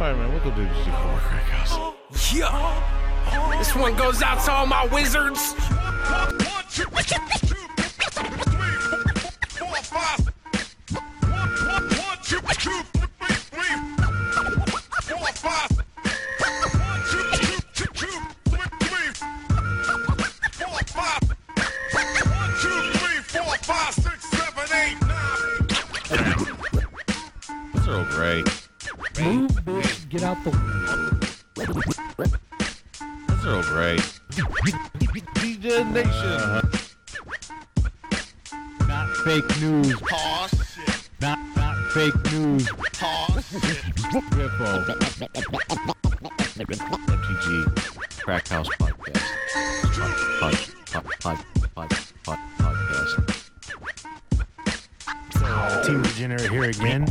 Alright, man, we'll go do this before crack house. Yeah. This one goes out to all my wizards. That's Earl Grey. Move, bitch. Get out the. That's Earl Grey. DJ Nation. Not fake news. Not not fake news. Riffo. MTG. Crack House Podcast. Pod, pod, pod, pod, pod, podcast. Team Degenerate here again.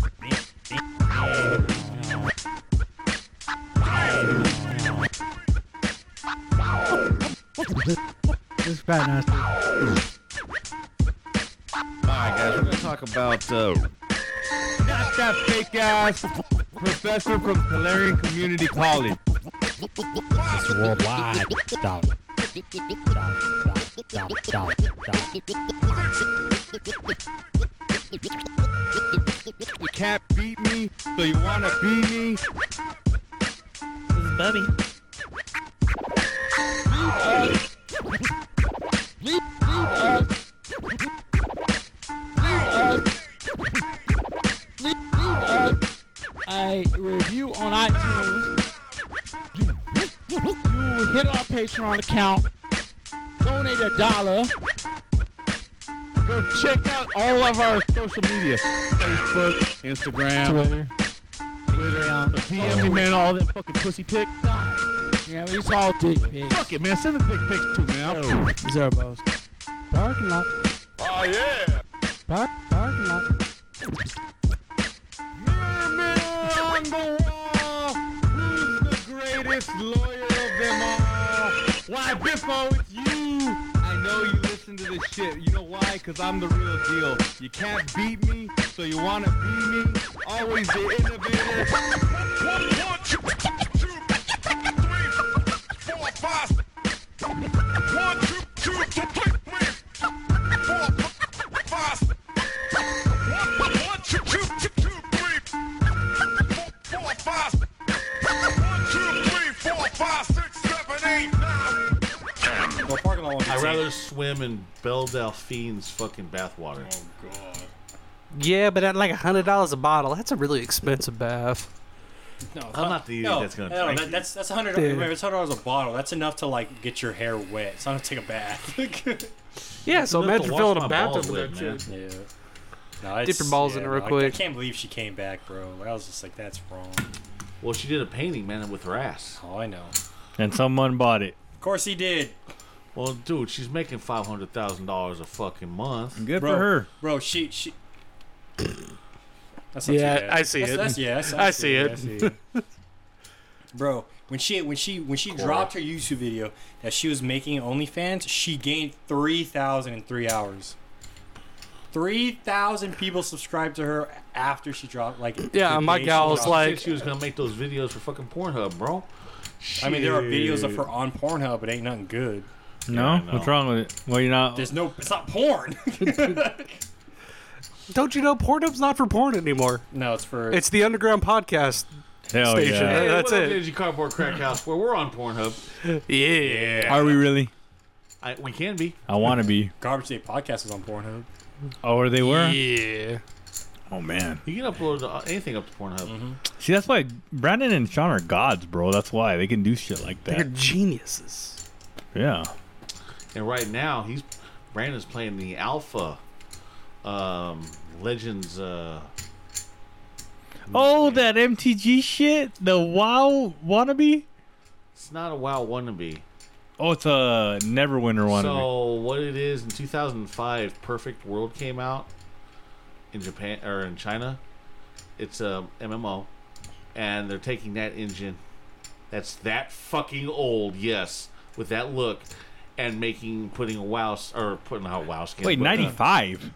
This fat nasty. Alright, guys, we're going to talk about. Uh, Not that fake ass professor from Calarian Community College. It's worldwide. Dog. Dog, dog, dog, dog, You can't beat me, so you wanna beat me? This is Bubby. A review on iTunes. You hit our Patreon account. Donate a dollar. Go check out all of our social media. Facebook, Instagram, Twitter. Twitter, DM me, man, all that fucking pussy pic. Yeah, we saw dick pics. Fuck it, man, send the dick pics too, man. Zerbos. Parking lot. Oh yeah. Park, parking lot. Man on the wall, who's the greatest lawyer of them all? Why, Biffo, it's you! I know you listen to this shit. You know why? Because I'm the real deal. You can't beat me, so you want to beat me? Always the innovator. well, parking lot I'd rather swim in Belle Delphine's fucking bathwater. Yeah, but at like a hundred dollars a bottle, that's a really expensive bath. No, I'm not the idiot no, that's gonna No, drink that, it. that's that's hundred. Yeah. Remember, it's hundred dollars a bottle. That's enough to like get your hair wet. It's not to take a bath. Yeah, so Enough to imagine wash filling my a bathtub balls with that with, shit. yeah. No, Dip it's, your balls in it no, real I- quick. I can't believe she came back, bro. Like, I was just like, that's wrong. Well, she did a painting, man, with her ass. Oh, I know. Of And someone bought it. course he did, Well, dude, she's making five hundred thousand dollars a fucking month. Good bro. for her. bro. She she. That's not Yeah, too bad. I see That's- it. that's- yeah, that's- I see it. I see it. Bro, when she when she when she dropped her YouTube video that she was making OnlyFans, she gained three thousand in three hours. Three thousand people subscribed to her after she dropped. Like, Yeah, the my day she gal was dropped. I think like- she was gonna make those videos for fucking Pornhub, bro. I mean, there are videos of her on Pornhub, but ain't nothing good. Yeah, I No? know. What's wrong with it? Well, you're not. There's no, it's not porn. Don't you know Pornhub's not for porn anymore? no, it's for It's the underground podcast Hell station. yeah. Hey, That's welcome it. to Energy Cardboard Crack House, where we're on Pornhub. Yeah. Are we really? I, we can be. I want to be. garbage day podcast is on Pornhub. Oh, or they were? Yeah. Oh, man. You can upload uh, anything up to Pornhub. See, that's why Brandon and Sean are gods, bro. That's why they can do shit like They're that. geniuses. Yeah. And right now, he's Brandon's playing the Alpha um, Legends. Uh, Oh, that MTG shit? The WoW wannabe? it's not a WoW wannabe. Oh, it's a Neverwinter wannabe. So what it is in 2005, Perfect World came out in Japan or in China. It's a MMO, and they're taking that engine, that's that fucking old, yes, with that look, and making putting a WoW s- or putting out WoW skin. uh, Wait, but, uh, 95?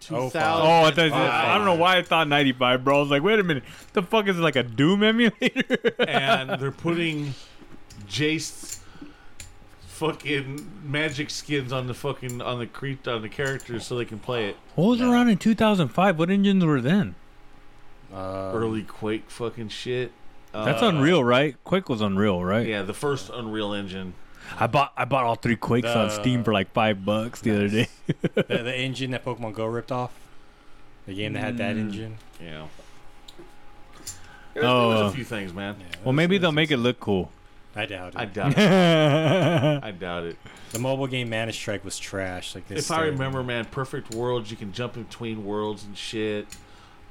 2000. Oh, I, thought, I don't know why I thought 95, bro. I was like, wait a minute. The fuck is it, like a Doom emulator? and they're putting Jace's fucking magic skins on the fucking on the cre- on the characters so they can play it. what was around in 2005? What engines were then? Early Quake fucking shit. That's Unreal, right? Quake was Unreal, right? Yeah, the first Unreal Engine. I bought I bought all three Quakes on The- Steam for like five bucks the other day. the, the engine that Pokemon Go ripped off. The game that had that engine. Yeah. There's Oh, a few things, man. well, maybe they'll make it look cool. I doubt it. I doubt it. yeah, I doubt it. the mobile game Mana Strike was trash. Like If this. I remember, man, Perfect Worlds, you can jump in between worlds and shit.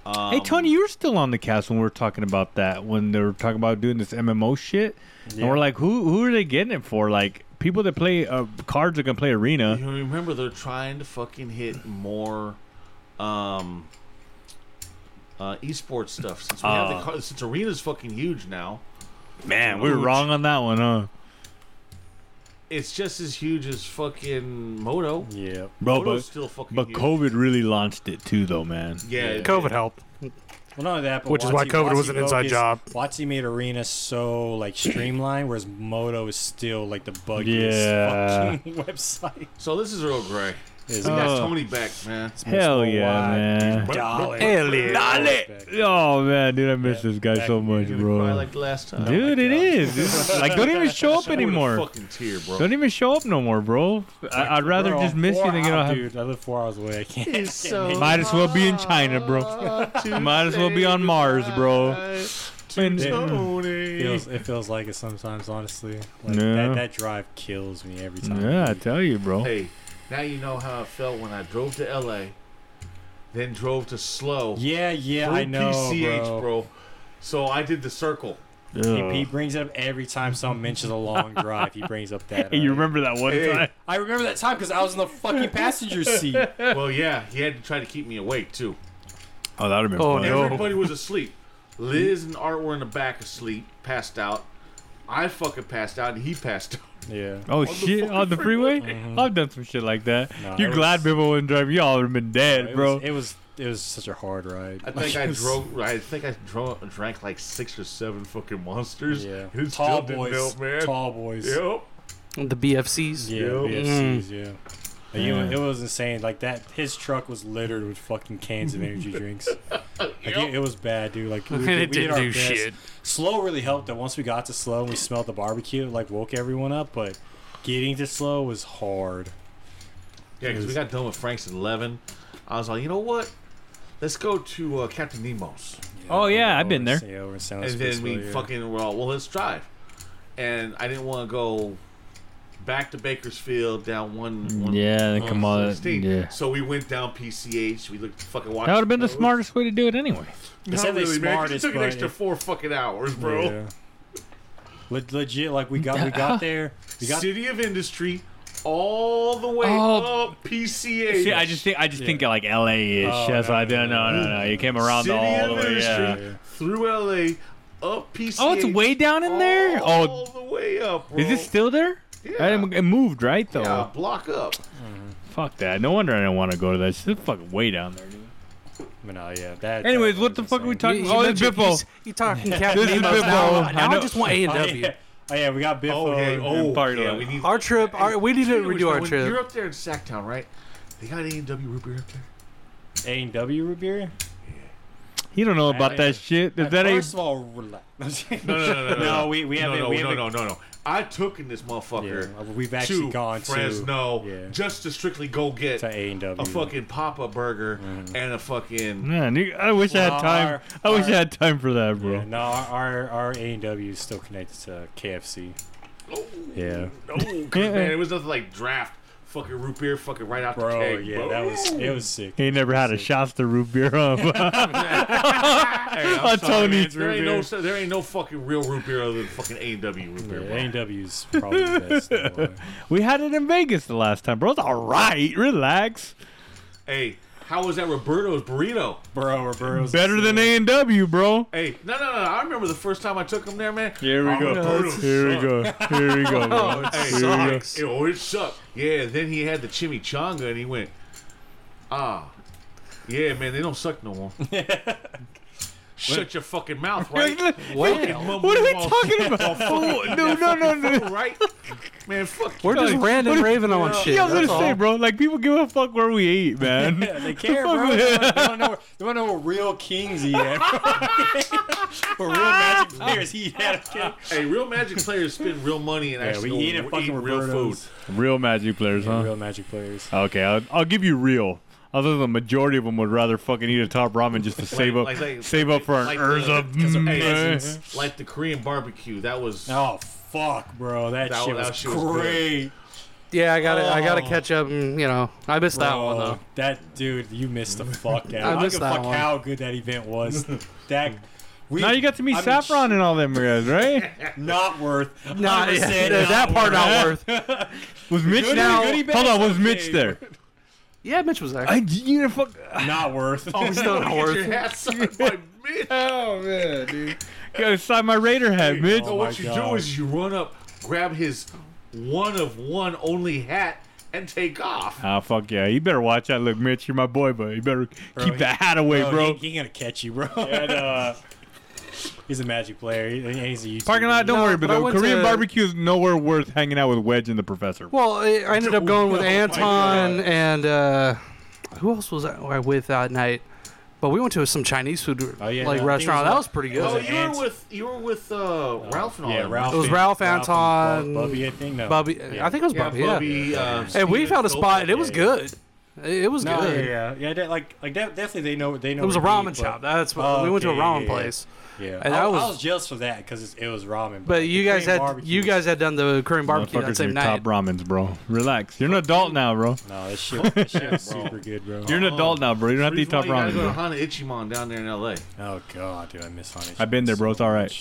Um, hey, Tony, you were still on the cast when we were talking about that when they were talking about doing this MMO shit, and we're like, who who are they getting it for? Like people that play uh, cards that can play Arena. You remember they're trying to fucking hit more um, uh, esports stuff since we have the Uh, car- since arena's fucking huge now. Man, we were wrong on that one, huh? It's just as huge as fucking Moto. Yeah. Bro, Moto's but, still fucking but huge. COVID really launched it too, though, man. Yeah, it- COVID helped. Well, not only that, but Which is why Watsy- COVID was Watsy an inside focused- job. Watsy made Arena so like streamlined, whereas Moto is still like the buggiest Yeah. fucking website. So this is Earl Grey. Is We got Oh. Tony back, man. Hell yeah, wide. man. Dolly. Hell yeah. Oh man, dude, I miss this guy so much, You're gonna cry bro. like the last time. Dude, it is. It's like, don't even show up With a anymore. Fucking tear, bro. Don't even show up no more, bro. I, I'd rather just miss you than get out. Dude, I live four hours away. I can't. It's so Might as well be in China, bro. Might as well be on Mars, bro. And- It feels, it feels like it sometimes, honestly. Like Yeah. that, that drive kills me every time. Yeah, I tell you, bro. Hey, now you know how I felt when I drove to LA, then drove to Slow. Yeah, yeah, through I know, PCH, bro. So I did the circle. He, he brings it up every time someone mentions a long drive. He brings up that. Hey, you uh, remember that one Hey. time? I remember that time because I was in the fucking passenger seat. well, yeah, he had to try to keep me awake too. Oh, that would have been Oh, fun. no. Everybody was asleep. Liz and Art were in the back asleep, passed out. I fucking passed out, and he passed out. Yeah. Oh shit! fucking On the freeway, I've done some shit like that. Nah, You're it glad was- Bimbo wasn't driving. Y'all would have been dead, It bro. Was, it was it was such a hard ride. I think I drove. I think I dro- drank like six or seven fucking monsters. Yeah. and it Tall still didn't boys. help, man. Tall boys. Yep. The BFCs. Yeah. Yep. VFCs, Mm. yeah. Like, you- Man. it was insane. Like that, his truck was littered with fucking cans of energy drinks. Like it, it was bad, dude. Like we, And did- it we did didn't our do best. shit. Slow really helped. That once we got to slow and we smelled the barbecue, it, like woke everyone up. But getting to slow was hard. Yeah, because we got done with Frank's at eleven. I was like, you know what? Let's go to uh, Captain Nemo's. oh yeah, I've Over been in- there. Yeah, over in San Luis and then we Obispo, yeah. fucking were all well let's drive and i didn't want to go back to bakersfield down one, one Mm, Yeah, then one come on, 16. yeah. so we went down pch we looked fucking watched That would have been the shows. smartest way to do it anyway. They said not they really man 'cause smartest, it took an but extra it- four fucking hours bro Yeah. Le- legit, like we got we got there. We got city of industry all the way Oh. up pch See, I just think I just think like LA-ish. That's no, why I did. No, no, no. You came around city all of the way. industry Yeah. through la up pch Oh, it's way down in there. all Oh, the way up bro. is it still there? Yeah. I didn't- It moved, right? Though. yeah, block up Fuck that. No wonder I didn't want to go to that. It's fucking way down there. Dude. But no, yeah, that. Anyways, that what was the fuck are we insane. talking? Oh, it's mentioned- Biffo. You, you talking Captain This is Nemo's Biffo. now. I Now I, know. just want A and Oh yeah. W. oh yeah, we got Biffo. Oh yeah, oh party yeah, lot. we need Our trip. Our, we need to Speaking of which, redo our when trip. You're up there in Sacktown, right? They got A and W root beer up there. A and W root beer. You don't know about that shit. Is that a First of all, relax. No, no, no, no, no. No, we- we haven't- No, no, we no, haven't- no, no, no. I took in this motherfucker. Yeah, we've actually to gone to- Fresno yeah. just to strictly go get to A and W. a fucking Papa Burger and a fucking. man? you- I wish I had Well, time. our- I wish I our- had time for that, bro. Yeah, no, our our A and W is still connected to KFC. Oh. Yeah, No, 'cause, man, it was nothing like draft fucking root beer, fucking right out the bro. keg. yeah, bro. that was it was sick. He never had a Shasta root beer. Huh? Hey, I'm a sorry, Tony's man, there root ain't no there ain't no fucking real root beer other than fucking A and W root A beer. bro. and W's probably the best. in the world. we had it in Vegas the last time, bro. It's all right. Relax. Hey, how was that Roberto's burrito? Bro, Roberto's Better than A and W, bro. Hey, no, no, no! I remember the first time I took him there, man. Here we go. go. Here we go. Here we go. Bro. Hey, Here we go. It, oh, it sucked. Yeah, then he had the chimichanga and he went, ah, Yeah, man, they don't suck no more. Shut your fucking mouth, right? What? What are we talking about? Oh, no, no, no, no. Right? Man, fuck We're just Like, ranting and raving on shit. Yeah, I was gonna that's say, all. bro. Like people give a fuck where we eat, man. Yeah, they care, Fuck bro. with They it. want to know, where- they wanna know where real kings eat at. bro. where real magic players eat at. Okay? Hey, real magic players spend real money and actually we go eat at and fucking real food. Roberto's. Real magic players, huh? Real magic players. Okay, I'll, I'll give you real. Although the majority of them would rather fucking eat a top ramen just to save up, like they- save up for an like the- Urza. because of peasants. Mm. Like the Korean barbecue, that was Oh fuck, bro, that, That- shit that was shit was good. great. Yeah, I got to I got to Oh. catch up. And, you know, I missed that Bro, one though. That dude, you missed the fuck out. I, don't missed give a that fuck one. how good that event was. that we, Now you got to meet I mean, Saffron and all them guys, right? Not worth. Nah, 100% yeah, that part not worth. Was Mitch Goody- now? goody hold on, was bags, Mitch okay. there? Yeah, Mitch was there. I you know, fuck. Not worth. It's still not Get worth. your ass sucked by Mitch. Oh man, dude. Gotta sign my Raider hat, Mitch. So Oh, what you do is you run up, grab his one of one only hat, and take off. Ah, fuck yeah! You better watch out. Look, Mitch, you're my boy, but you better keep he- that hat away, Bro, bro. He, he gonna catch you, bro. he's a magic player. He- and he's a YouTube Parking lot, don't No, worry but about I it. went Korean to- barbecue is nowhere worth hanging out with Wedge and the professor. Well, I I ended up going with Oh, my Anton God. and uh, who else was I with that night? But we went to some Chinese food Oh, yeah, like no, I think it restaurant. was That like- was pretty it Oh, good. was you ants. were with you were with uh, Ralph and all Yeah, them, Ralph. right? It was and- Ralph and Anton, Bu- Bubby, I think. No. Bubby, Yeah. I think it was Yeah, Bubby. Bubby. Yeah. Uh, And we Steven found a Seagal. spot, and it was yeah. good. It it was No, yeah, good. yeah, yeah. that- like, like that, definitely they know. They know. It was a what to ramen eat, but- Oh, shop. That's what we went to a Okay, ramen yeah, yeah. place. Yeah, And I, that I was- was jealous for that because it was ramen. But like, you the guys had Korean barbecue you was- guys had done the Korean barbecue that Motherfuckers, same your night. top ramens, bro. Relax. You're an adult now, bro. No, that shit, that shit was super good, bro. You're an adult now, bro. You don't have to eat Reason top why You ramen. gotta go Bro. to Hana Ichiman down there in L.A. Oh god, dude, I miss Honey. I've been there, bro. It's all right.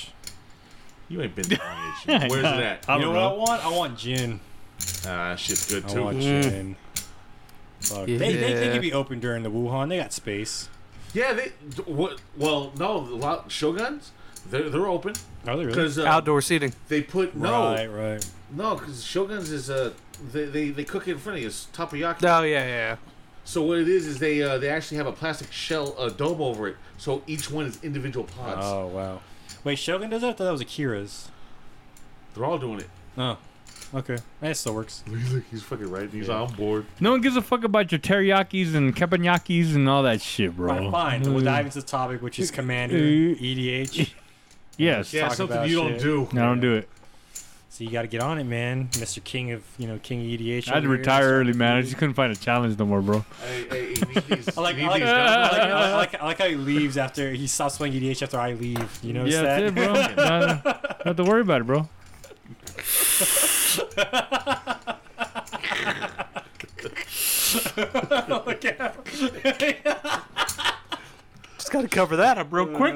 You ain't been to Hana Ichiman. Where's it at? I You know don't what I know. want? I want gin. Ah, shit's good I want too. gin. Fuck. They, they, they Mm. Yeah. can be open during the Wuhan. They got space. Yeah, they. d- What? Well, no, a lot, Shoguns. They're they're open Are they really? because uh, Outdoor seating. they put no Right, right. no because Shoguns is uh they, they they cook it in front of you. It's takoyaki. Oh yeah, yeah, yeah. So what it is is they uh, they actually have a plastic shell uh, dome over it, so each one is individual pods. Oh wow. Wait, Shogun does that? I thought that was Akira's. They're all doing it. Oh. Okay. That still works. He's like he's fucking right. He's on board. No one gives a fuck about your teriyakis and kepanyakis and all that shit, bro. Right, fine. Mm. We'll dive into the topic, which is Commander E EDH. Yes. Yeah, talk something about you don't shit. do. No, I don't do it. So you got to get on it, man, Mr. King of you know King of EDH. I had to over here. retire early, man. I just couldn't find a challenge no more, bro. Hey, hey, you need these- I like, you I uh, need like, these I, guns. like, I, like, I like how he leaves after he stops playing EDH after I leave. You know yeah, that? that's it, bro. Not, not have to worry about it, bro. Just got to cover that up real quick.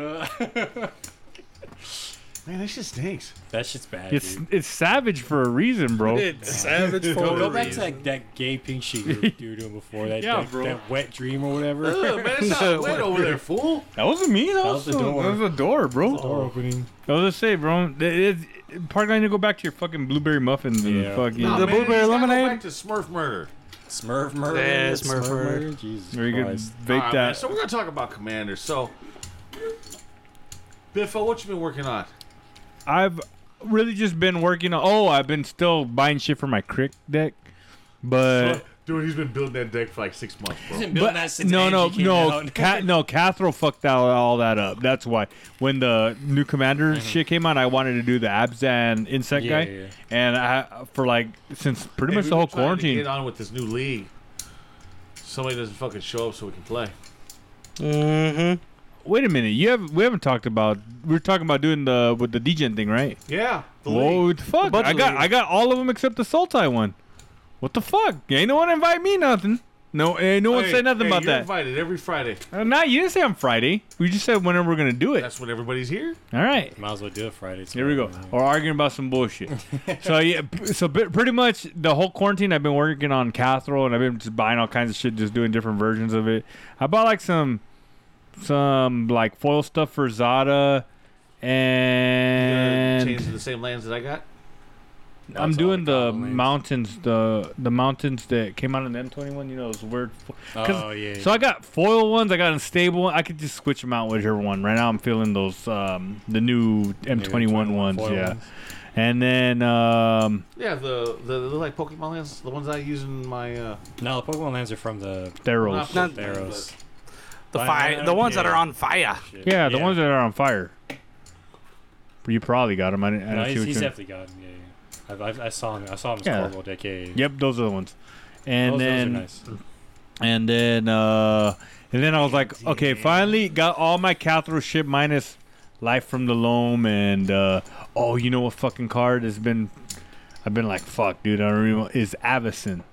Man, that shit stinks. That shit's bad. It's dude. it's savage for a reason, bro. savage for Go, go back to that, that gay pink sheet you were doing before that, Yeah, that, bro. that wet dream or whatever. Ugh, man, it's not wet over there, fool. That wasn't me. That, was the door. That was the door, bro. Door opening. I was just say, bro. It, it, park line to go back to your fucking blueberry muffins and Yeah. fucking. Nah, The man, blueberry he's gotta go lemonade? back to Smurf murder. Smurf murder. Yeah, Smurf murder. Jesus Very good. Christ. Vape Alright, man, that. so we're gonna talk about Commander. So, Biffo, what you been working on? I've really just been working. On, oh, I've been still buying shit for my crick deck, Uh, but Dude, he's been building that deck for like six months, bro. Been but building that since no, Angie no, came no, out. Ca- no. Cathro fucked all, all that up. That's why when the new commander Mm-hmm. shit came out, I wanted to do the Abzan insect Yeah, guy, yeah, yeah. and I for like since pretty Hey, much we've the whole been trying to quarantine. Get on with this new league. Somebody doesn't fucking show up so we can play. Wait a minute, you have we haven't talked about we were talking about doing the with the degen thing, right? Yeah. The Whoa, league. the fuck! bunch I of got leagues. I got all of them except the Sultai one. What the fuck? Ain't no one invite me nothing. No, ain't no one Hey, said nothing hey, about you're that. Invited every Friday. Uh, not you didn't say on Friday. We just said whenever we're gonna do it. That's when everybody's here. all right. Might as well do it Friday. Here we go. Or arguing about some bullshit. so yeah, p- so p- pretty much the whole quarantine, I've been working on Cathro, and I've been just buying all kinds of shit, just doing different versions of it. I bought like some, some like foil stuff for Zada, You're and chains are the same lands that I got. I'm all doing the the Cabo Lanes. mountains, the the mountains that came out in the M21. You know those weird. fo- 'cause- Oh, yeah, So I got foil ones. I got unstable. one. I could just switch them out whichever one. Right now I'm feeling those um the new M21 ones. foil Yeah. ones. And then um Yeah, the the they're like Pokemon lands, the ones I use in my uh, No, the Pokemon lands are from the Not- Theros. Not- Theros. The Fire- fire, the ones that are yeah. on fire. Yeah, the ones that are on fire. You probably got them. I didn't, I No, didn't see he's, what he's you definitely got him. Yeah, yeah. I, I, I saw him. I saw him Yeah. yeah. score decade. Yep, those are the ones. And those, then those are nice. and then uh and then I was like, okay, finally got all my Cathro shit minus Life from the Loam and uh oh, you know what fucking card has been I've been like, fuck, dude, I don't really want, is Avison.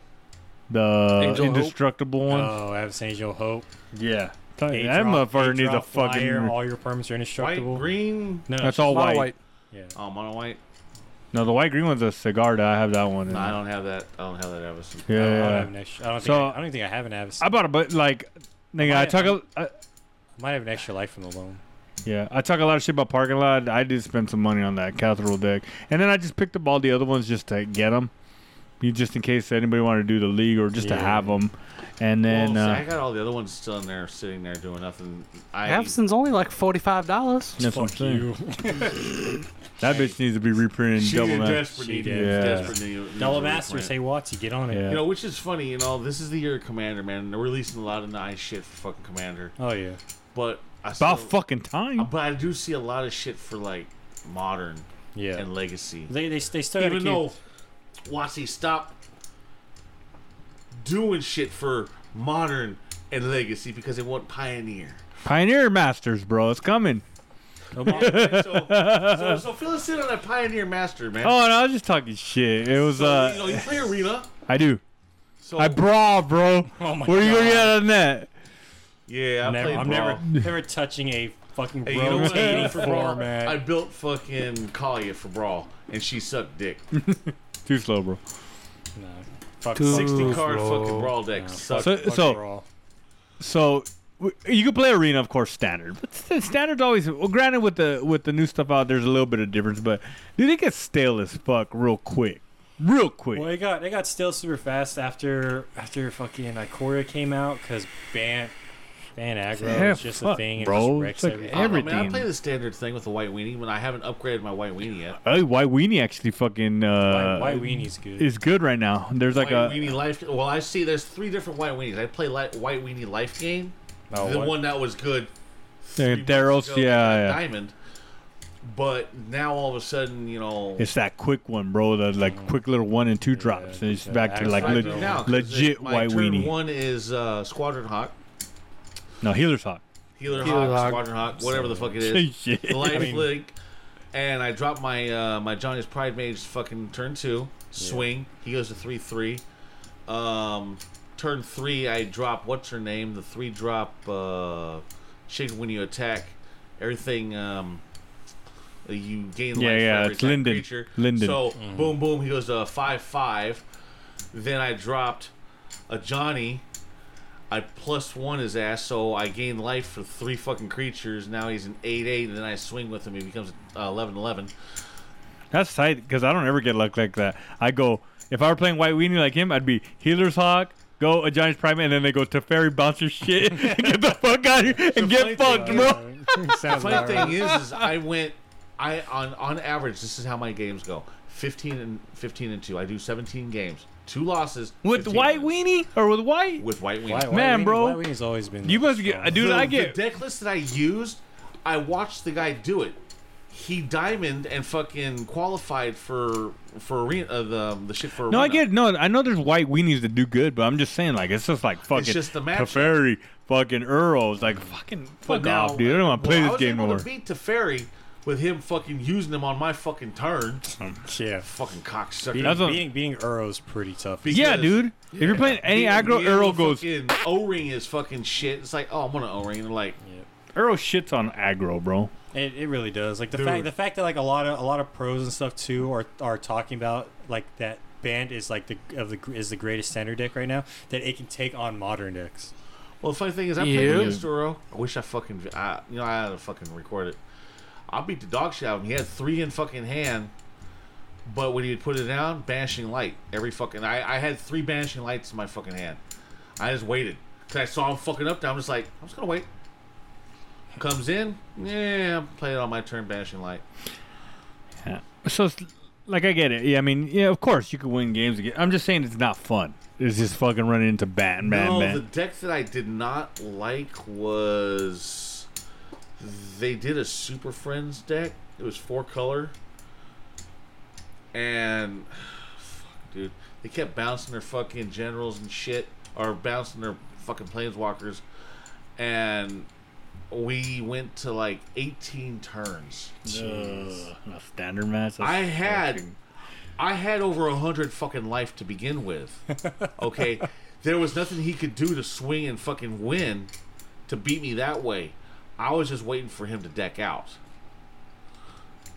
The Angel Hope? indestructible one. Oh, I have Saint Angel Hope. yeah. Tell you, Eight that drop- motherfucker eight needs a drop fucking flyer, all your permits white, are indestructible. green. No, That's all Mono white. white. Yeah. Oh, mono white. No, the white green one's a Cigarda. I have that one. in No, I there. don't have that. I don't have that Everson. yeah. I don't, I don't yeah. have an extra. I don't, So- think I, I don't think I have an Avison. I I bought a but like nigga, I I- talk a, I, might have an extra life from the loan. yeah, I talk a lot of shit about parking lot. I did spend some money on that cathedral deck, and then I just picked up all the other ones just to get them, you just in case anybody wanted to do the league or just to Yeah. have them, and then well, uh, see, I got all the other ones still in there, sitting there doing nothing. I Avson's only like forty-five dollars. that's what I'm saying. That bitch needs to be reprinted in She double did man. desperate She need. did. Yeah. Yeah. Desperate need. Double need to Masters, reprint. hey Watsy, get on it. Yeah. You know, which is funny. You know, this is the year of Commander, man. And they're releasing a lot of nice shit for fucking Commander. Oh yeah. But I still, About fucking time. but I do see a lot of shit for like modern Yeah. and legacy. they they they still gotta Even keep, though Watsy stop doing shit for modern and legacy because they want Pioneer. Pioneer Masters, bro, it's coming. so, so, so fill us in on that Pioneer Master, man. Oh, and I was just talking shit. It was so, you know, uh, you play Arena. I do. So I brawl, bro. Oh my Where you gonna God. get out of that? yeah, I never, played I'm Brawl. never never touching a fucking Hey, you know what? rotating for Brawl, format. I built fucking Kalia for Brawl, and she sucked dick. Too slow, bro. no. Fuck Dude. 60 card Bro. fucking Brawl deck sucked. So- fuck so- Brawl. So w- you can play arena, of course, standard. But st- standard's always well. Granted, with the with the new stuff out, there's a little bit of difference. But dude, it gets stale as fuck real quick, real quick. Well, it got it got still super fast after after fucking Ikoria came out because ban ban aggro Yeah, is just a fuck, thing. It bro. just wrecks It's like everything. I don't know, man, I everything. play the standard thing with the white weenie when I haven't upgraded my white weenie yet. Oh, why weenie actually fucking uh, Why, why Weenie's good? is good right now. There's like White a weenie life. Well, I see there's three different white weenies. I play light, white weenie life game. Oh, the what? one that was good. three months Theros, ago, yeah, uh, yeah. Diamond. But now all of a sudden, you know, It's that quick one, bro. The like quick little one and two drops, and it's yeah, back to like I le- do now 'cause legit it- my white turn weenie. One is uh, Squadron Hawk, No, healer's hot. Healer, Healer Hawk, Hawk. Squadron Hawk, whatever the fuck it is. Shit. The Life I mean- Link, and I drop my uh, my Johnny's Pride Mage fucking turn two swing. He goes to three three. Um, turn three, I drop what's her name? The three drop uh, chick when you attack. Everything um, uh, you gain Yeah, life for yeah, every it's attack Linden. creature. Linden. So boom boom, he goes to five five. Then I dropped a Johnny. I plus one his ass, so I gain life for three fucking creatures. Now he's an 8 8, and then I swing with him. He becomes uh, 11 11. That's tight because I don't ever get luck like that. I go if I were playing White Weenie like him, I'd be Healer's Hawk, go a Giant's Prime, and then they go Teferi Bouncer shit, and get the fuck out of here and get fucked, bro. Sounds Funny about right. thing is, is I went, I on on average, this is how my games go 15 and 15 and 2. I do 17 games, two losses. With 15 White wins. Weenie or with White? With White win. Why- why Man, Weenie- bro. why Weenie's always been. you must get, uh, dude. the, I get. the deck list that I used. I watched the guy do it. He diamond and fucking qualified for for arena, uh, the the shit for No, I arena. get no. I know there's white weenies that do good, but I'm just saying, like, it's just like fucking just the matchup. Teferi, fucking Earl. It's like fucking fuck But now- off, dude. I don't want to play well, this game I no was more. able to beat Teferi with him fucking using him on my fucking turn. Yeah. fucking cocksucker. That's Beating, what- beating beating Uro's pretty tough. Because Yeah, dude. If you're playing any aggro, Earl goes. O ring is fucking shit. It's like, oh, I'm gonna O ring. And they're like, Earl shits on aggro, bro. It, it really does. Like the Dude. fact the fact that like a lot of a lot of pros and stuff too are are talking about like that band is like the of the gr- is the greatest standard deck right now that it can take on modern decks. well, the funny thing is, I played Yeah. against Earl. I wish I fucking, I, you know, I had to fucking record it. I beat the dog shit out of him. He had three in fucking hand. But when he would put it down, banishing light every fucking. I, I had three banishing lights in my fucking hand. I just waited because I saw him fucking up. There, I'm just like, I'm just gonna wait. Comes in, yeah, play it on my turn, banishing light. So, it's, like, I get it. Yeah, I mean, yeah, of course you could win games. Again. I'm just saying it's not fun. It's just fucking running into bat, man, no, man. the deck that I did not like was they did a Super Friends deck. It was four color, and fuck, dude, they kept bouncing their fucking generals and shit, or bouncing their fucking planeswalkers, and we went to like 18 turns. Ugh, a standard match. that's I had fucking- I had over a hundred fucking life to begin with. Okay. there was nothing he could do to swing and fucking win to beat me that way. I was just waiting for him to deck out.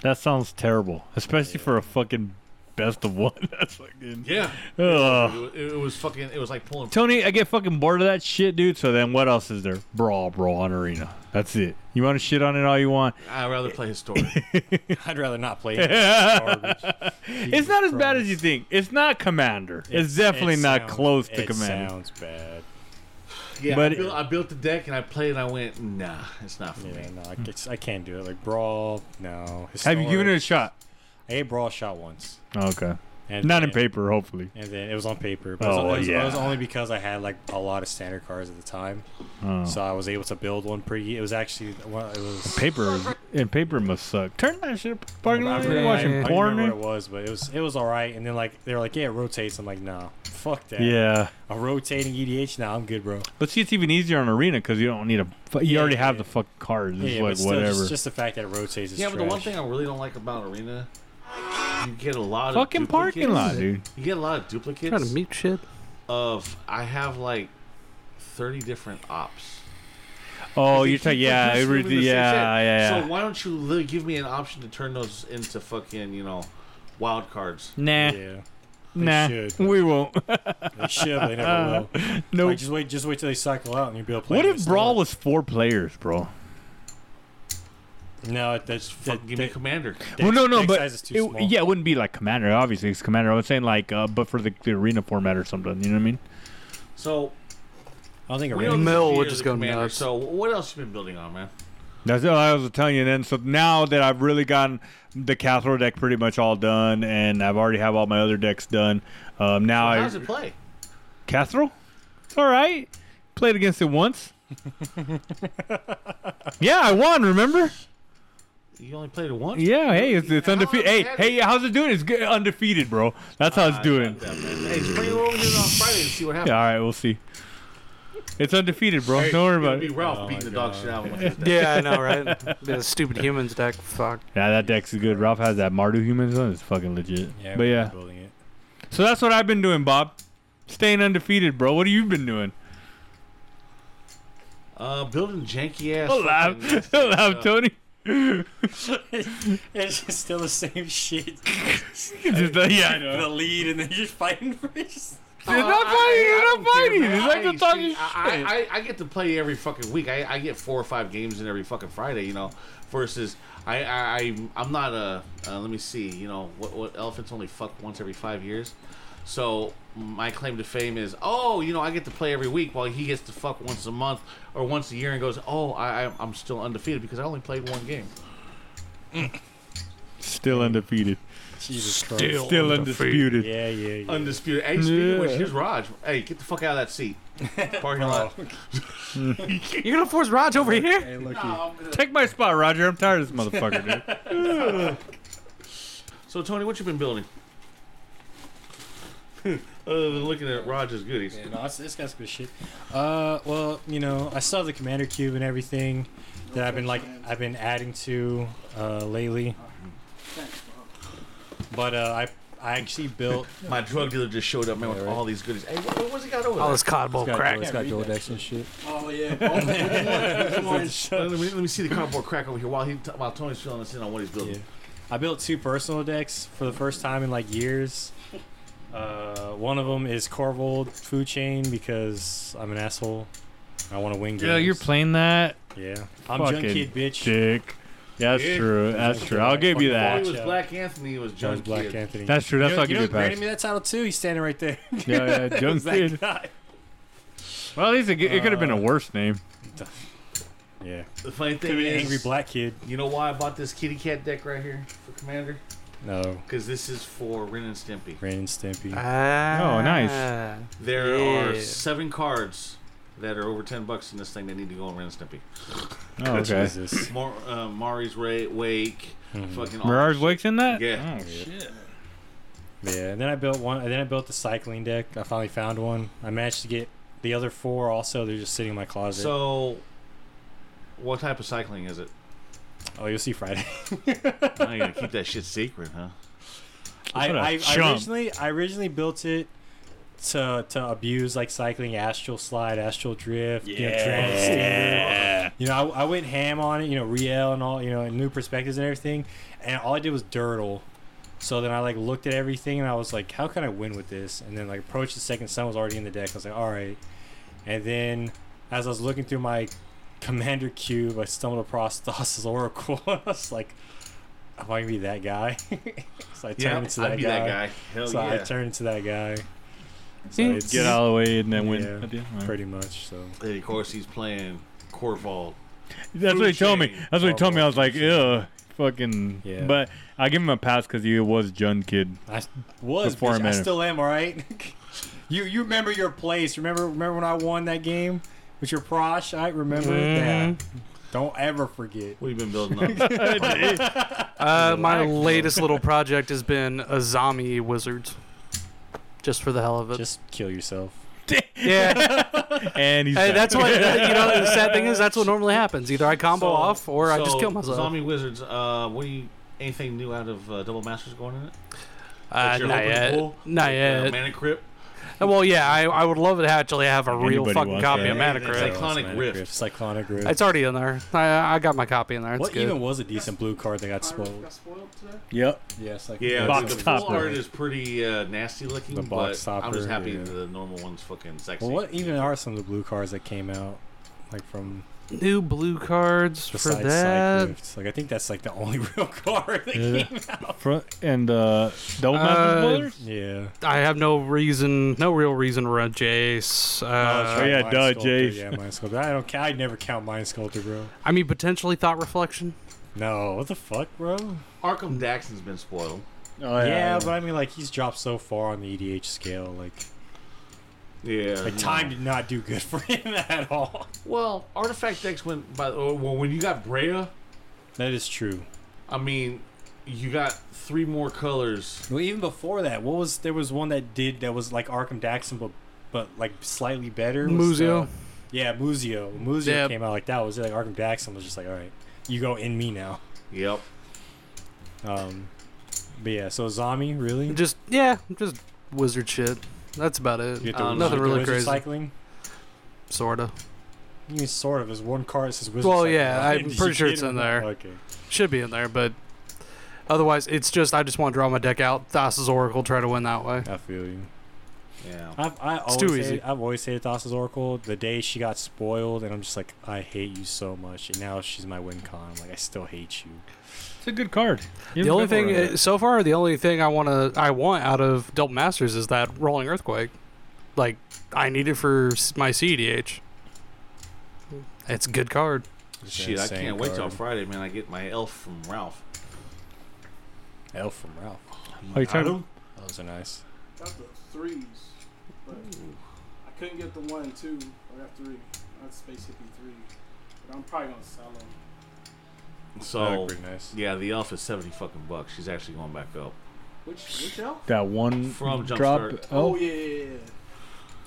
That sounds terrible, especially for a fucking best of one. That's fucking. Yeah. It, Ugh. wa- it was fucking it was like pulling Tony, I get fucking bored of that shit, dude. So then, what else is there? Brawl, brawl on arena. That's it. You want to shit on it all you want. I'd rather play historic. I'd rather not play. Garbage. it's not as bad as you think. It's not commander. it's It- definitely it not sounds- close to it commander. sounds bad. yeah. But I, built, I built the deck and I played and I went, nah, it's not for Yeah, me. no, I, it's- I can't do it. Like brawl, no. Have you given it a Historic. shot? I ate brawl shot once. Okay. And Not in then- paper, hopefully. And then it was on paper. But it was- Oh, it was, yeah. it was only because I had like a lot of standard cards at the time, Oh. so I was able to build one pretty. e, It was actually well, it was. Paper is- and paper must suck. Turn that shit up. Parking I lot. forget- You're I- I watching don't porn. remember dude? what it was, but it was it was all right. And then like they were like, yeah, it rotates. I'm like, nah, fuck that. Yeah. a rotating E EDH. Now I'm good, bro. But see, it's even easier on arena because you don't need a. fu- You Yeah, already have yeah. the fucking cards. It's Yeah, like but still, whatever. Just, just the fact that it rotates is Yeah, but the one trash. thing I really don't like about Arena you get a lot fucking of parking duplicates. lot, dude. You get a lot of duplicates. Trying to mute shit. of I have like thirty different ops. Oh, They you're keep talking. Yeah, producing it re- them in the same yeah, set. yeah, yeah. So why don't you li- give me an option to turn those into fucking you know wild cards? nah, Yeah, nah, should. we won't. they should, but they never will. no. Like, just wait, just wait till they cycle out, and you'll be able to play. what them if as brawl well. was four players, bro? No, it- that's Fuck, that, give me that, commander. well, no, no, deck but size is too it- small. yeah, it wouldn't be like commander. Obviously, it's commander. I was saying like, uh, but for the, the arena format or something. You know what I mean? So I don't think it we really don't Mill consider would just the go commander. nuts. So what else you been building on, man? That's what I was telling you. And then so now that I've really gotten the Cathro deck pretty much all done, and I've already have all my other decks done. Um, now How I does it play? Catherall? It's all right. Played against it once. yeah, I won. Remember? You only played it once. Yeah. Hey, it's, it's How undefeated. long Hey, has it had hey, how's it doing? It's good, undefeated, bro. That's how it's doing. Ah, Yeah, man. Hey, just bring it over to on Friday and see what happens. Yeah, all right, we'll see. It's undefeated, bro. Hey, Don't worry it'll about be it. Ralph Oh beating the dog shit out of him. Yeah, I know, right? the stupid humans deck. Fuck. Yeah, that deck's good. Ralph has that Mardu humans on. It's fucking legit. Yeah, but we're yeah. building it. So that's what I've been doing, Bob. Staying undefeated, bro. What have you been doing? Uh, building janky ass. Don't laugh. Don't laugh, Tony. it's just still the same shit. Just, yeah, I know. the lead, and then you're just fighting for it. You're not fighting. You're not fighting. It's like the talking shit. I, I, I get to play every fucking week. I, I get four or five games in every fucking Friday, you know. Versus, I, I, I I'm not a. Uh, let me see. You know what? What elephants only fuck once every five years. So my claim to fame is, oh, you know, I get to play every week while he gets to fuck once a month or once a year and goes, oh, I, I I'm still undefeated because I only played one game. Still undefeated. Jesus Christ. Still undisputed. Yeah, yeah, yeah. Undisputed. Hey, speaking of which, Yeah. here's Raj. Hey, get the fuck out of that seat. Parking lot. You're gonna force Raj over here? Hey, look, Take my spot, Roger. I'm tired of this motherfucker, dude. So Tony, what you been building? Other than looking at Roger's goodies. Yeah, no, it's, it's got some good shit. Uh, well, you know, I still have the commander cube and everything that I've been like I've been adding to uh, lately. But uh, I I actually built My drug dealer just showed up, man, with Yeah, right. all these goodies. Hey, what, what's he got over All there? Oh, this cardboard crack. it's got gold decks and shit. Uh, Let me, let me see the cardboard crack over here while he while Tony's filling us in on what he's building. Yeah. I built two personal decks for the first time in like years. Uh, one of them is Corvold Food Chain because I'm an asshole. I want to win games. Yeah, you're playing that, Yeah, I'm junk Fucking kid bitch. dick. Yeah, that's Dude. true. That's true. I'll give you Before he that. was Black Anthony, he was Jones John Black Kid. Anthony. That's true. That's how you know, I'll you give know you a who granted pass. me that title too. He's standing right there. Yeah, yeah, Junk That Kid. guy. Well, at least it, it could have been a worse name. Yeah, The funny thing could be an is, angry black kid. you know why I bought this kitty cat deck right here for Commander? No, Because this is for Ren and Stimpy. Ren and Stimpy. Oh, Ah, Oh, nice. There are Yeah. seven cards that are over ten bucks in this thing. They need to go on Ren and Stimpy. Oh, okay. Jesus. Hmm. Mar- uh, Mari's Ray, Wake, Mm-hmm. fucking. all- Mirage Wake's in that? Yeah. Oh, shit. Yeah, and then I built one. And then I built the cycling deck. I finally found one. I managed to get the other four. Also, they're just sitting in my closet. So, what type of cycling is it? oh, you'll see Friday. Now you gotta keep that shit secret, huh? I, What a I, I chump. originally I originally built it to to abuse like cycling, astral slide, astral drift, you know, trans Yeah. You know, I, I went ham on it. You know, Riel and all. You know, and new perspectives and everything. And all I did was dirtle. So then I like looked at everything and I was like, how can I win with this? And then like approached the second sun was already in the deck. I was like, all right. And then as I was looking through my commander cube, I stumbled across Thassa's Oracle. I was like, am I gonna be that guy? so I turned into that I'd be guy. that guy. Hell So I yeah. turned into that guy. So Yeah. it's Get out of the way and then win. Yeah. At the end. Alright. pretty much. So And of course, he's playing Corval. That's what he told me. Food That's what he told me. I was like, ew, fucking. Yeah. But I give him a pass because he was Jun Kid. I s- was. Before I Bitch, I met him. still am. All right. you you remember your place? Remember remember when I won that game with your prosh? I remember that. Don't ever forget. What have you been building up? Uh, my latest little project has been a zombie wizard, just for the hell of it. Just kill yourself. yeah, and he's Hey, back. that's what you know. The sad thing is, that's what normally happens. Either I combo off or I just So, kill myself. Zombie Wizards. Uh, what do you? Anything new out of uh, Double Masters going in it? uh, That you're not hoping to yet. pull? Not Uh, yet. Mana Crypt. Uh, well, yeah, I, I would love to actually have a real Anybody fucking wants copy that. of Mana It's Crypt. like- Cyclonic Cyclonic Rift. Cyclonic Rift. It's already in there. I, I got my copy in there. It's what good. even was a decent blue card that got spoiled? Yep. Yeah, it's like Yeah, Box the, the full topper. art is pretty uh, nasty looking, The box but I'm just topper, happy yeah. the normal one's fucking sexy. Well, what even are some of the blue cards that came out? Like from New blue cards for besides that. Cyclift. Like I think that's like the only real card that Yeah. came out. Front and uh, double Masters Uh, Brothers. Yeah. I have no reason, no real reason to run Jace. Uh, Oh, right. Oh, yeah, Mind duh, Sculptor, Jace. Yeah, Mind Sculptor. I don't. ca- I never count Mind Sculptor, bro. I mean, potentially Thought Reflection. No, what the fuck, bro? Arkham Daxon's been spoiled. Oh yeah, but I mean, like he's dropped so far on the EDH scale. Like, Yeah. like time did not do good for him at all. Well, artifact decks went by. Or, well, when you got Brea, That is true. I mean, you got three more colors. Well, even before that, what was there was one that did that was like Arkham Daxon, but but like slightly better. was, Muzio. uh, yeah, Muzio. Muzio Yeah. came out like that. Was it like Arkham Daxon was just like, all right, you go in me now. Yep. Um, but yeah, so Zami really. Just yeah, just wizard shit. That's about it. You get Uh, the wizard- nothing the really wizard crazy. Cycling. Sorta. You mean sort of. There's one card that says Wizard. Well, Cycling. yeah, I'm Did you pretty sure get it's it? in there. Okay. Should be in there, but otherwise, it's just I just want to draw my deck out. Thassa's Oracle, try to win that way. I feel you. Yeah. I've, I always too hated- easy. I've always hated Thassa's Oracle. The day she got spoiled, and I'm just like, I hate you so much. And now she's my win con. I'm like, I still hate you. it's a good card. The only thing uh, so far, the only thing I want to I want out of Double Masters is that Rolling Earthquake. Like I need it for s- my CDH. It's a good card. Shit, I Insane can't wait till card. Friday, man. I get my elf from Ralph. Elf from Ralph. Are you talking- Those are nice. Got the threes, but I couldn't get the one and two. I got three. That's basically three. But I'm probably gonna sell them. That So looked pretty nice. yeah, the elf is seventy fucking bucks. She's actually going back up. Which which elf? that one From drop. Jumpstart. Oh Oh, yeah, yeah, yeah.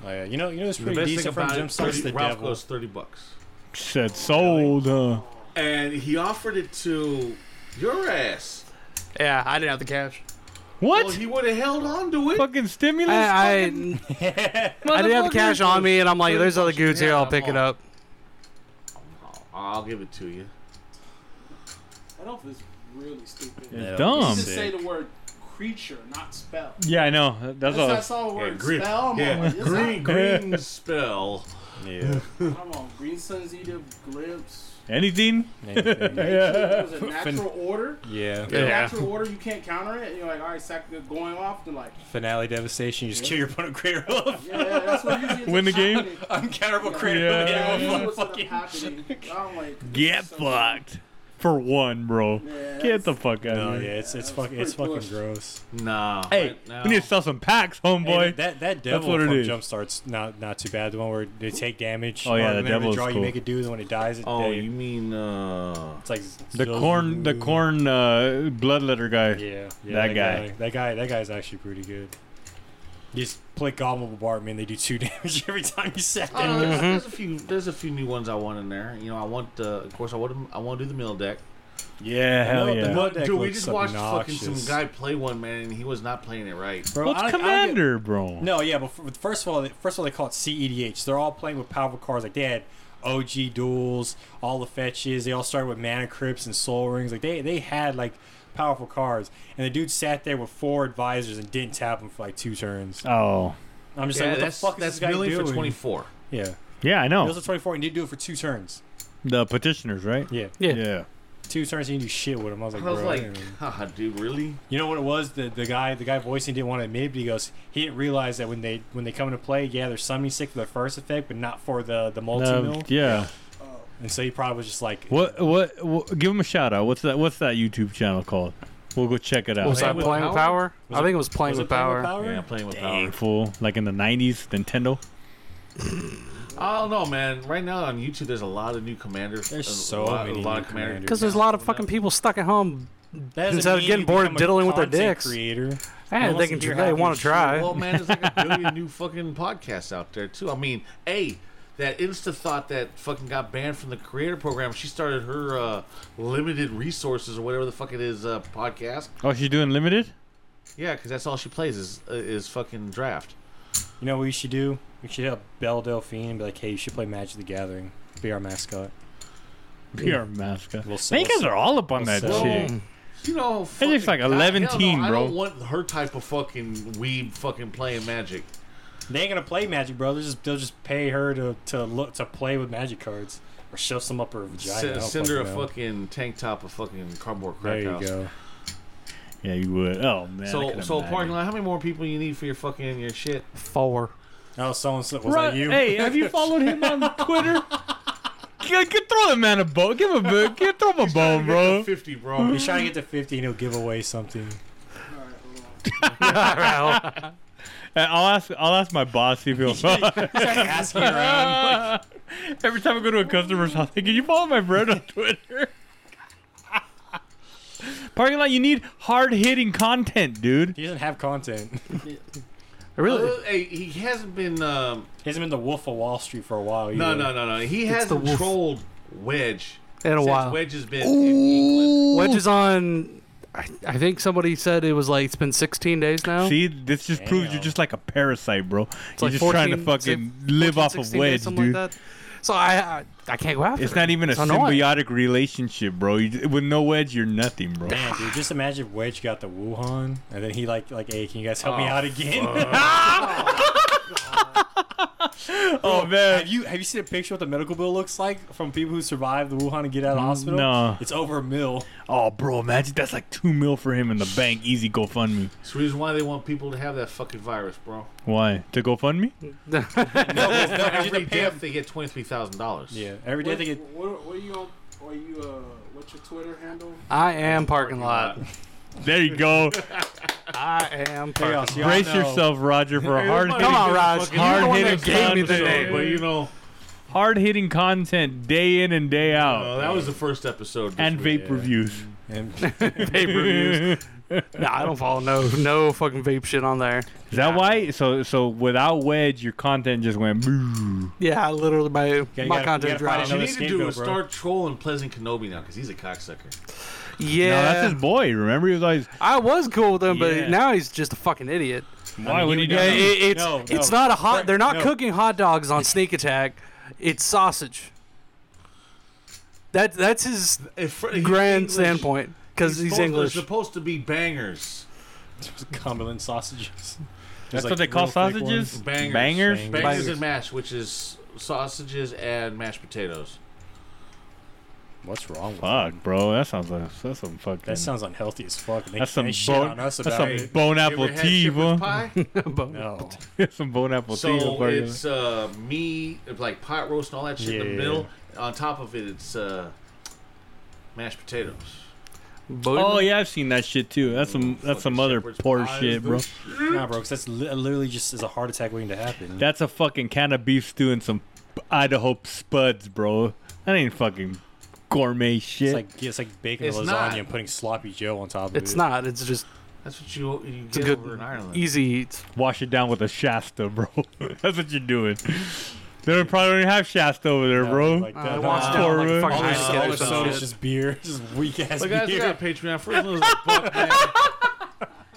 Oh yeah, you know, you know, it's The pretty best thing decent from about Jim it, Starks 30, the Ralph Devil. goes thirty bucks, said sold. Huh? and he offered it to your ass. Yeah, I didn't have the cash. What? Well, he would have held on to it. fucking stimulus. I, I, I didn't have the Motherfucker. cash on me, and I'm like, there's other goods here. I'll pick it up. I'll give it to you. That elf is really stupid. It's Yeah, You dumb. just sick. say the word creature, not spell. Yeah, I know. That's That's I all. saw the word green, spell. I'm yeah, like, it's green, green spell. yeah. not- Come on, green suns eat up grips. Anything? It was a natural order. yeah. Yeah. Natural order, you can't counter it. And you're like, all right, sack they're going off. They're like, Finale devastation. You just kill your opponent greater love. yeah, yeah, that's what usually ends Win the up game? happening. Uncounterable greater Yeah. love. Yeah, Yeah, that's well, what's fuck up it. happening. I'm like, Get so- fucked. For one, bro. Yeah, Get the fuck out Oh, No, of yeah, here. it's that's it's fucking it's pretty fucking push. gross. Nah. Hey, right now. we need to sell some packs, homeboy. Hey, that that devil what it from is. Jumpstart's not not too bad. The one where they take damage. Oh, yeah, or the whenever they devil's draw, you cool. make it do, and when it dies, it oh, they- you mean uh? it's like the those- corn, the corn, uh, bloodletter guy. Yeah, yeah, That guy. That guy. That guy's actually pretty good. You just play Goblin Bombard, man. They do two damage every time you sack Oh, them. Uh, there's, mm-hmm. there's a few. There's a few new ones I want in there. You know, I want. Uh, of course, I want. I want to do the mill deck. Yeah, hell No, the yeah. blood- deck Dude, we looks just watched fucking obnoxious. some guy play one man, and he was not playing it right. Bro, What's I don't- I don't get- commander, bro? No, yeah, but f- first of all, they- first of all, they call it CEDH. They're all playing with powerful cards. Like they had OG duels, all the fetches. They all started with mana crypts and soul rings. Like they they had like powerful cards, and the dude sat there with four advisors and didn't tap them for like two turns. Oh, I'm just yeah, like, what the that's fuck is that's this guy really doing? for 24. Yeah, yeah, I he know. was a 24 and he did do it for two turns. The petitioners, right? Yeah, Yeah. Yeah. two turns and he didn't do shit with him. I was like, I was bro, I like, don't know. ah, dude, really? You know what it was? The the guy the guy voicing didn't want to admit it, but he goes he didn't realize that when they when they come into play, yeah, they're summoning sick for their first effect, but not for the the multi No, mill. Um, yeah. And so he probably was just like, What, what? What? Give him a shout out. What's that? What's that YouTube channel called? We'll go check it out. Was that with playing with power? I think it was playing was with it playing with power. Yeah, playing with uh, Dang, power. fool. Like in the '90s, Nintendo. I don't know, man. Right now on YouTube, there's a lot of new commanders. There's a so lot, many a lot new of commanders. Because there's a lot of fucking people stuck at home. That doesn't Instead of mean getting you bored and become a diddling with their content dicks. creator. And wants they to can hear they how want you to try. Well, man, there's like a billion new fucking podcasts out there too. I mean, a that Insta thought that fucking got banned from the creator program. She started her uh, limited resources or whatever the fuck it is uh, podcast. Oh, she's doing limited. Yeah, because that's all she plays is uh, is fucking draft. You know what we should do? We should have Belle Delphine and be like, hey, you should play Magic the Gathering. Be our mascot. PR mascot. We'll Man, sell- you guys are all up on that Well, shit. You know, That fucking- looks like God, 11 hell no, teen, I bro. don't want her type of fucking weeb fucking playing magic. They ain't gonna play Magic, bro. They'll just they'll just pay her to to look to play with Magic cards or shove some up her vagina. I Send, don't send her a fucking know. fucking tank top of fucking cardboard crack There you house. go. Yeah, you would. Oh man. I So, could so imagine. parking lot. How many more people you need for your fucking your shit? Four. Oh, someone was Bro, that you? Hey, have you followed him on Twitter? Get, get- throw the man a bone. Give him a bo- get throw him a bone, bro. Fifty, bro. He's trying to get to 50 and he'll give away something. Uh, I'll ask. I'll ask my boss if he'll. He's like asking around. Every time I go to a customer's house, hey, can you follow my friend on Twitter? Parking lot, you need hard hitting content, dude. He doesn't have content. He I really. Uh, hey, he hasn't been. Um, hasn't been the Wolf of Wall Street for a while. no, either. no, no, no. He the hasn't wolf. trolled Wedge In a since while. Wedge has been in England. Wedge is on. I, I think somebody said it was like it's been 16 days now. See, this just proves you're just like a parasite, bro. you're like just trying to 14, fucking si- live 14, off of 16 days, wedge, something dude. Like that. So I, I I can't go after. it's her. not even a It's annoying. symbiotic relationship, bro. You, with no wedge, you're nothing, bro. Damn, dude, just imagine if Wedge got the Wuhan, and then he like like, hey, can you guys help me out again? Oh man, have you have you seen a picture of what the medical bill looks like from people who survived the Wuhan and get out of the Mm, hospital? no. it's over a mill. Oh, bro, imagine that's like two mil for him in the bank. Easy GoFundMe. It's the reason why they want people to have that fucking virus, bro. Why? To GoFundMe? Every death they get twenty three thousand dollars. Yeah, every day What, they get. what, what are you on? Are you uh? What's your Twitter handle? I am parking lot. There you go. I am Hey, parking y'all, lot. so y'all Brace know- yourself, Roger, for a hard Come on, Raj. fucking- You're the one hard-hitting that gave me the concept. name. But you know, hard hitting content day in and day out. uh, that was the first episode. this and week. vape reviews. And, Pay per views. nah, I don't follow no no fucking vape shit on there. Is that why? So so without wedge, your content just went. Boo. Yeah, I literally my gotta- my content you gotta find dropped. What another- you Another need to do scapegoat, is bro. start trolling Pleasant Kenobi now because he's a cocksucker. No, Yeah, that's his boy. Remember, he was always. I was cool with him, but Yeah. now he's just a fucking idiot. Why would he do? Yeah, that? it, it's No, it's no. not a hot. They're not No. cooking hot dogs on Sneak Attack. It's sausage. That that's his If fr- he's grand English, standpoint because he's, supposed- English. They're supposed to be bangers. Cumberland sausages. That's what they call sausages. Bangers. Bangers. Bangers Bangers. and mash, which is sausages and mashed potatoes. What's wrong with that? Fuck, bro. That sounds like that's some fucking. That sounds unhealthy as fuck. They, that's that's some they shit bone. on us That's about some it. bone You ever apple had tea, shepherd's bro. pie? No. some bone apple tea. so bro. it's uh, meat, like pot roast and all that shit in Yeah. the middle. On top of it, it's uh, mashed potatoes. Booty. Oh yeah, I've seen that shit too. That's some that's some Fucking other shepherd's poor pie. shit, bro. Nah, bro, 'cause that's li- uh, literally just is a heart attack waiting to happen. That's a fucking can of beef stew and some Idaho spuds, bro. That ain't fucking gourmet shit. it's like it's like baking It's a lasagna not. and putting sloppy Joe on top of it. It's not. It's just That's what you you a get good- over in Ireland. easy eats. Wash it down with a Shasta, bro. that's what you're doing. They don't probably don't even have Shasta over there, No, bro. Like Uh, that. it wants nah. down like Or, a uh, fucking all it's, Heineken all or it's some sold is shit. just beer, just weak ass Look, guys, we beer. got a Patreon. First one was a buck, man.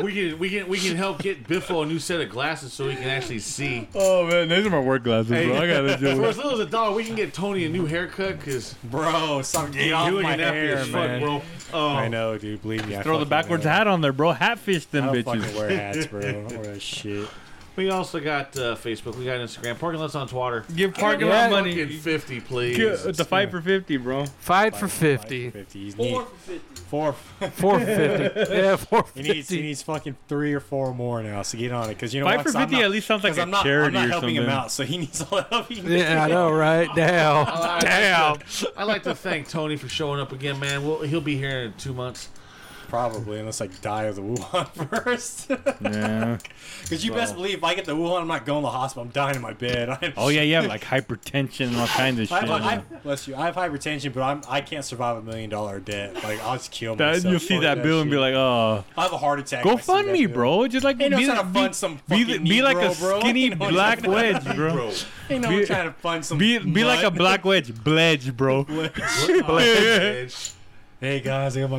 We can we can we can help get Biffo a new set of glasses so he can actually see. Oh man, these are my work glasses, Hey. bro. I gotta do For it. as little as a dollar, we can get Tony a new haircut because Bro, stop getting off he looking my nappy hair, as fuck, man. bro. I Um, know, dude. Believe me. I Throw the fucking backwards know. hat on there, bro. Hatfish I them don't bitches. fucking wear hats, bro. I don't wear that shit. we also got uh, Facebook. We got Instagram. Parking lots on Twitter. Give parking lot Yeah. Fucking money. fifty, please. Get the fight for fifty, bro. Fight for fifty. Fifty. He's need, Four for fifty. four. Four fifty. Yeah, four He needs, he fifty. needs fucking three or four more now. So get on it, cause you know Fight what? for 'Cause I'm fifty not- at least sounds like Because a I'm not, charity I'm not or helping something. him out, so he needs all the help he needs. Yeah, I know, right? Damn. Uh, Damn. I'd like to thank Tony for showing up again, man. We'll, he'll be here in two months. Probably, unless I die of the Wuhan first. Yeah. Because you best believe if I get the Wuhan, I'm not going to the hospital. I'm dying in my bed. I, Oh yeah, yeah, like hypertension and all kinds of I, shit. have, yeah. I, bless you. I have hypertension, but I'm I can't survive a million dollar debt. Like I'll just kill That- myself. you'll see Fuck that bill and be shit. like, oh, I have a heart attack. go if I see fund that me, bill. bro. Just like Ain't no be, trying to be- fund some be, fucking be like a Negro, bro. skinny Ain't no black trying- wedge, bro. Ain't no Be- one trying to fund some. Be be like a nut. black wedge, bledge, bro. Bitch. Hey guys, I got my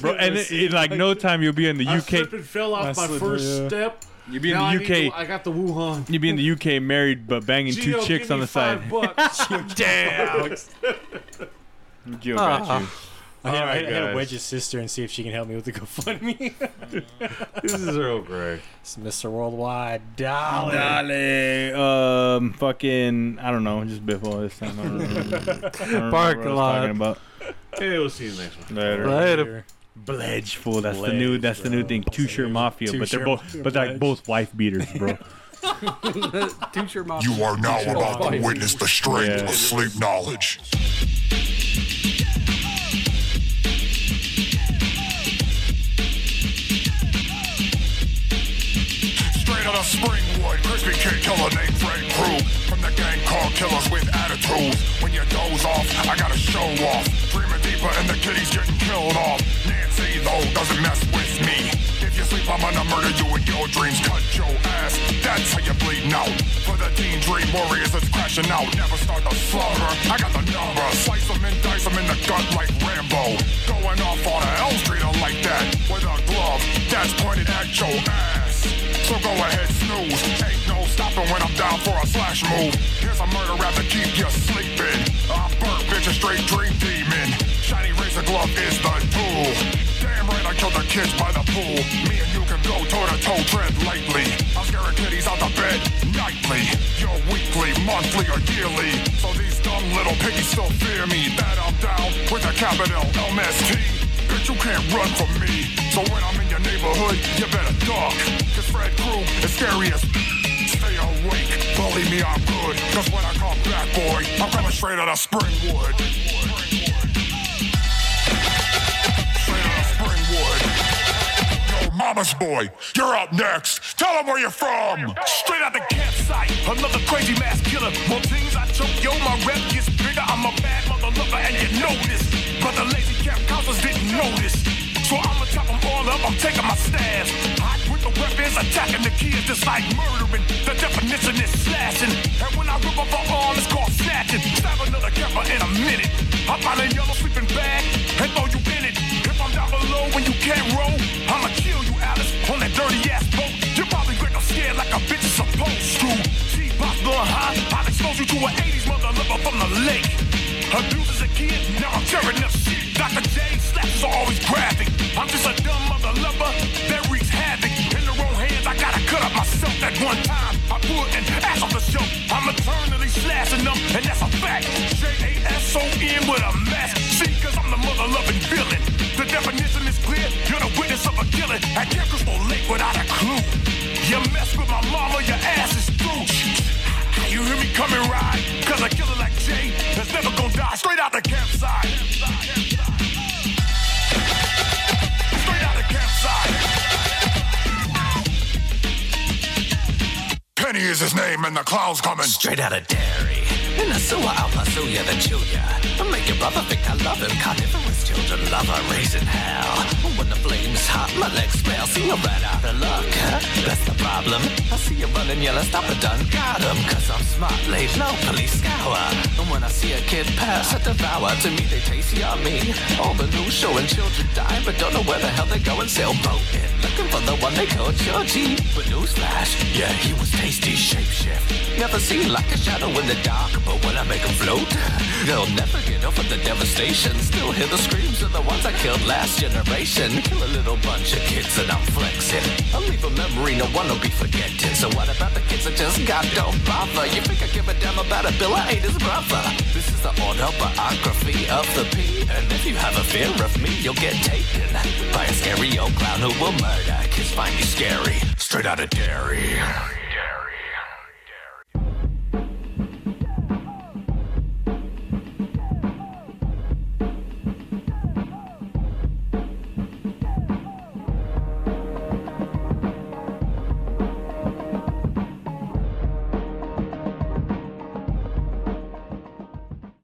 Bro, and it, it, like no time you'll be in the I slipped UK. and fell I off my slipped, first yeah. step. You'll be in Now I the need to- UK. I got the Wuhan. You'll be in the UK married but banging two Gio, chicks give on me the side. five bucks. Damn. Gio Ah. got you. I gotta- I Alright, gotta guys. wedge his sister and see if she can help me with the GoFundMe. this is Earl Grey. it's Mr. Worldwide Dollar. Dale, um, fucking, I don't know, just Biffle this time. I don't remember. I don't remember Parking what I was lot. talking about. Hey, we'll see you next one. Later. Later. Bledge fool. That's the new. Bledge, That's the new bro. thing. Two shirt mafia, but they're Two-shirt both. mafia, But they're like Bledge. both wife beaters, bro. Toot your mouth. You are now about to witness the strength Yeah. of sleep knowledge. Straight out of Springwood, crispy kid killer named Frank Crew. From the gang called Killers with Attitudes. When you doze off, I gotta show off. Dreaming deeper and the kitty's getting killed off. Nancy, though, doesn't mess with me. If you sleep, I'm gonna murder you in your dreams. Cut your ass, that's how you bleeding out. For the teen dream warriors that's crashing out. Never start the slaughter, I got the number. Slice them and dice them in the gut like Rambo. Going off on a L Streeter like that. With a glove that's pointed at your ass. So go ahead, snooze. Ain't no stopping when I'm down for a slash move. Here's a murder rap to keep you sleeping. I burnt bitch, a straight dream demon. Shiny razor glove is the tool. Damn right, I killed the kids by the pool. Me and you can go toe to toe, tread lightly. I'm scaring kitties out the bed nightly. You're weekly, monthly, or yearly. So these dumb little piggies still fear me. That I'm down with a capital MST. Bitch, you can't run from me. So when I'm in your neighborhood, you better duck. Cause Fred Crew is scary as Stay awake, believe me, I'm good. Cause when I come back, boy, I'm coming straight out of Springwood. Straight out of Springwood. Yo, mama's boy, you're up next. Tell them where you're from. Straight out the campsite, another crazy mass killer. More things I choke, yo, my rep gets bigger. I'm a bad mother lover, and you know this. But the lazy cap counselors didn't notice. So I'ma chop them all up, I'm taking my stabs. Hot with the weapons, attacking the kids, just like murdering. The definition is slashing. And when I rip up her arm, it's called snatching. Stab another capper in a minute. I find a yellow sleeping bag, and throw you in it. If I'm down below when you can't roll, I'ma kill you, Alice, on that dirty ass boat. You're probably great, I'm scared like a bitch is supposed to. She pops blowing high, I'll expose you to an 80s mother lover from the lake. Abused as a kid, now I'm tearing up shit. Dr. J, slaps are always graphic. I'm just a dumb mother lover that wreaks havoc. In the wrong hands, I gotta cut up myself at one time. I put an ass off the show. I'm eternally slashing them, and that's a fact. J A S O N with a At Gilchrist Lake without a clue. You mess with my mama, your ass is through. You hear me coming right? Cause a killer like Jay is never gonna die straight out the campsite. Straight out the campsite. Penny is his name and the clown's coming. Straight out of dairy. In the sewer, I'll pursue ya, then chew ya. I'll make your brother think I love him. Carnivorous children love a raising hell. When the flame's hot, my legs smell. See, you're right out of luck. huh? That's the problem. I see you running yellow, stop it, done. Got him. Cause I'm smart, laid low, police scour. And when I see a kid pass, I devour. To me, they taste yummy. All the news showing children die, but don't know where the hell they're going sailboating. Looking for the one they call Georgie. But newsflash, yeah, he was tasty shapeshift. Never seen like a shadow in the dark, but when I make them float, they'll never get over the devastation. Still hear the screams of the ones I killed last generation. Kill a little bunch of kids and I'm flexing. I'll leave a memory no one will be forgetting. So what about the kids that just got? Don't bother. You think I give a damn about a bill? I ain't his brother. This is the autobiography of the P. And if you have a fear of me, you'll get taken by a scary old clown who will murder kids. Find you scary. Straight out of dairy.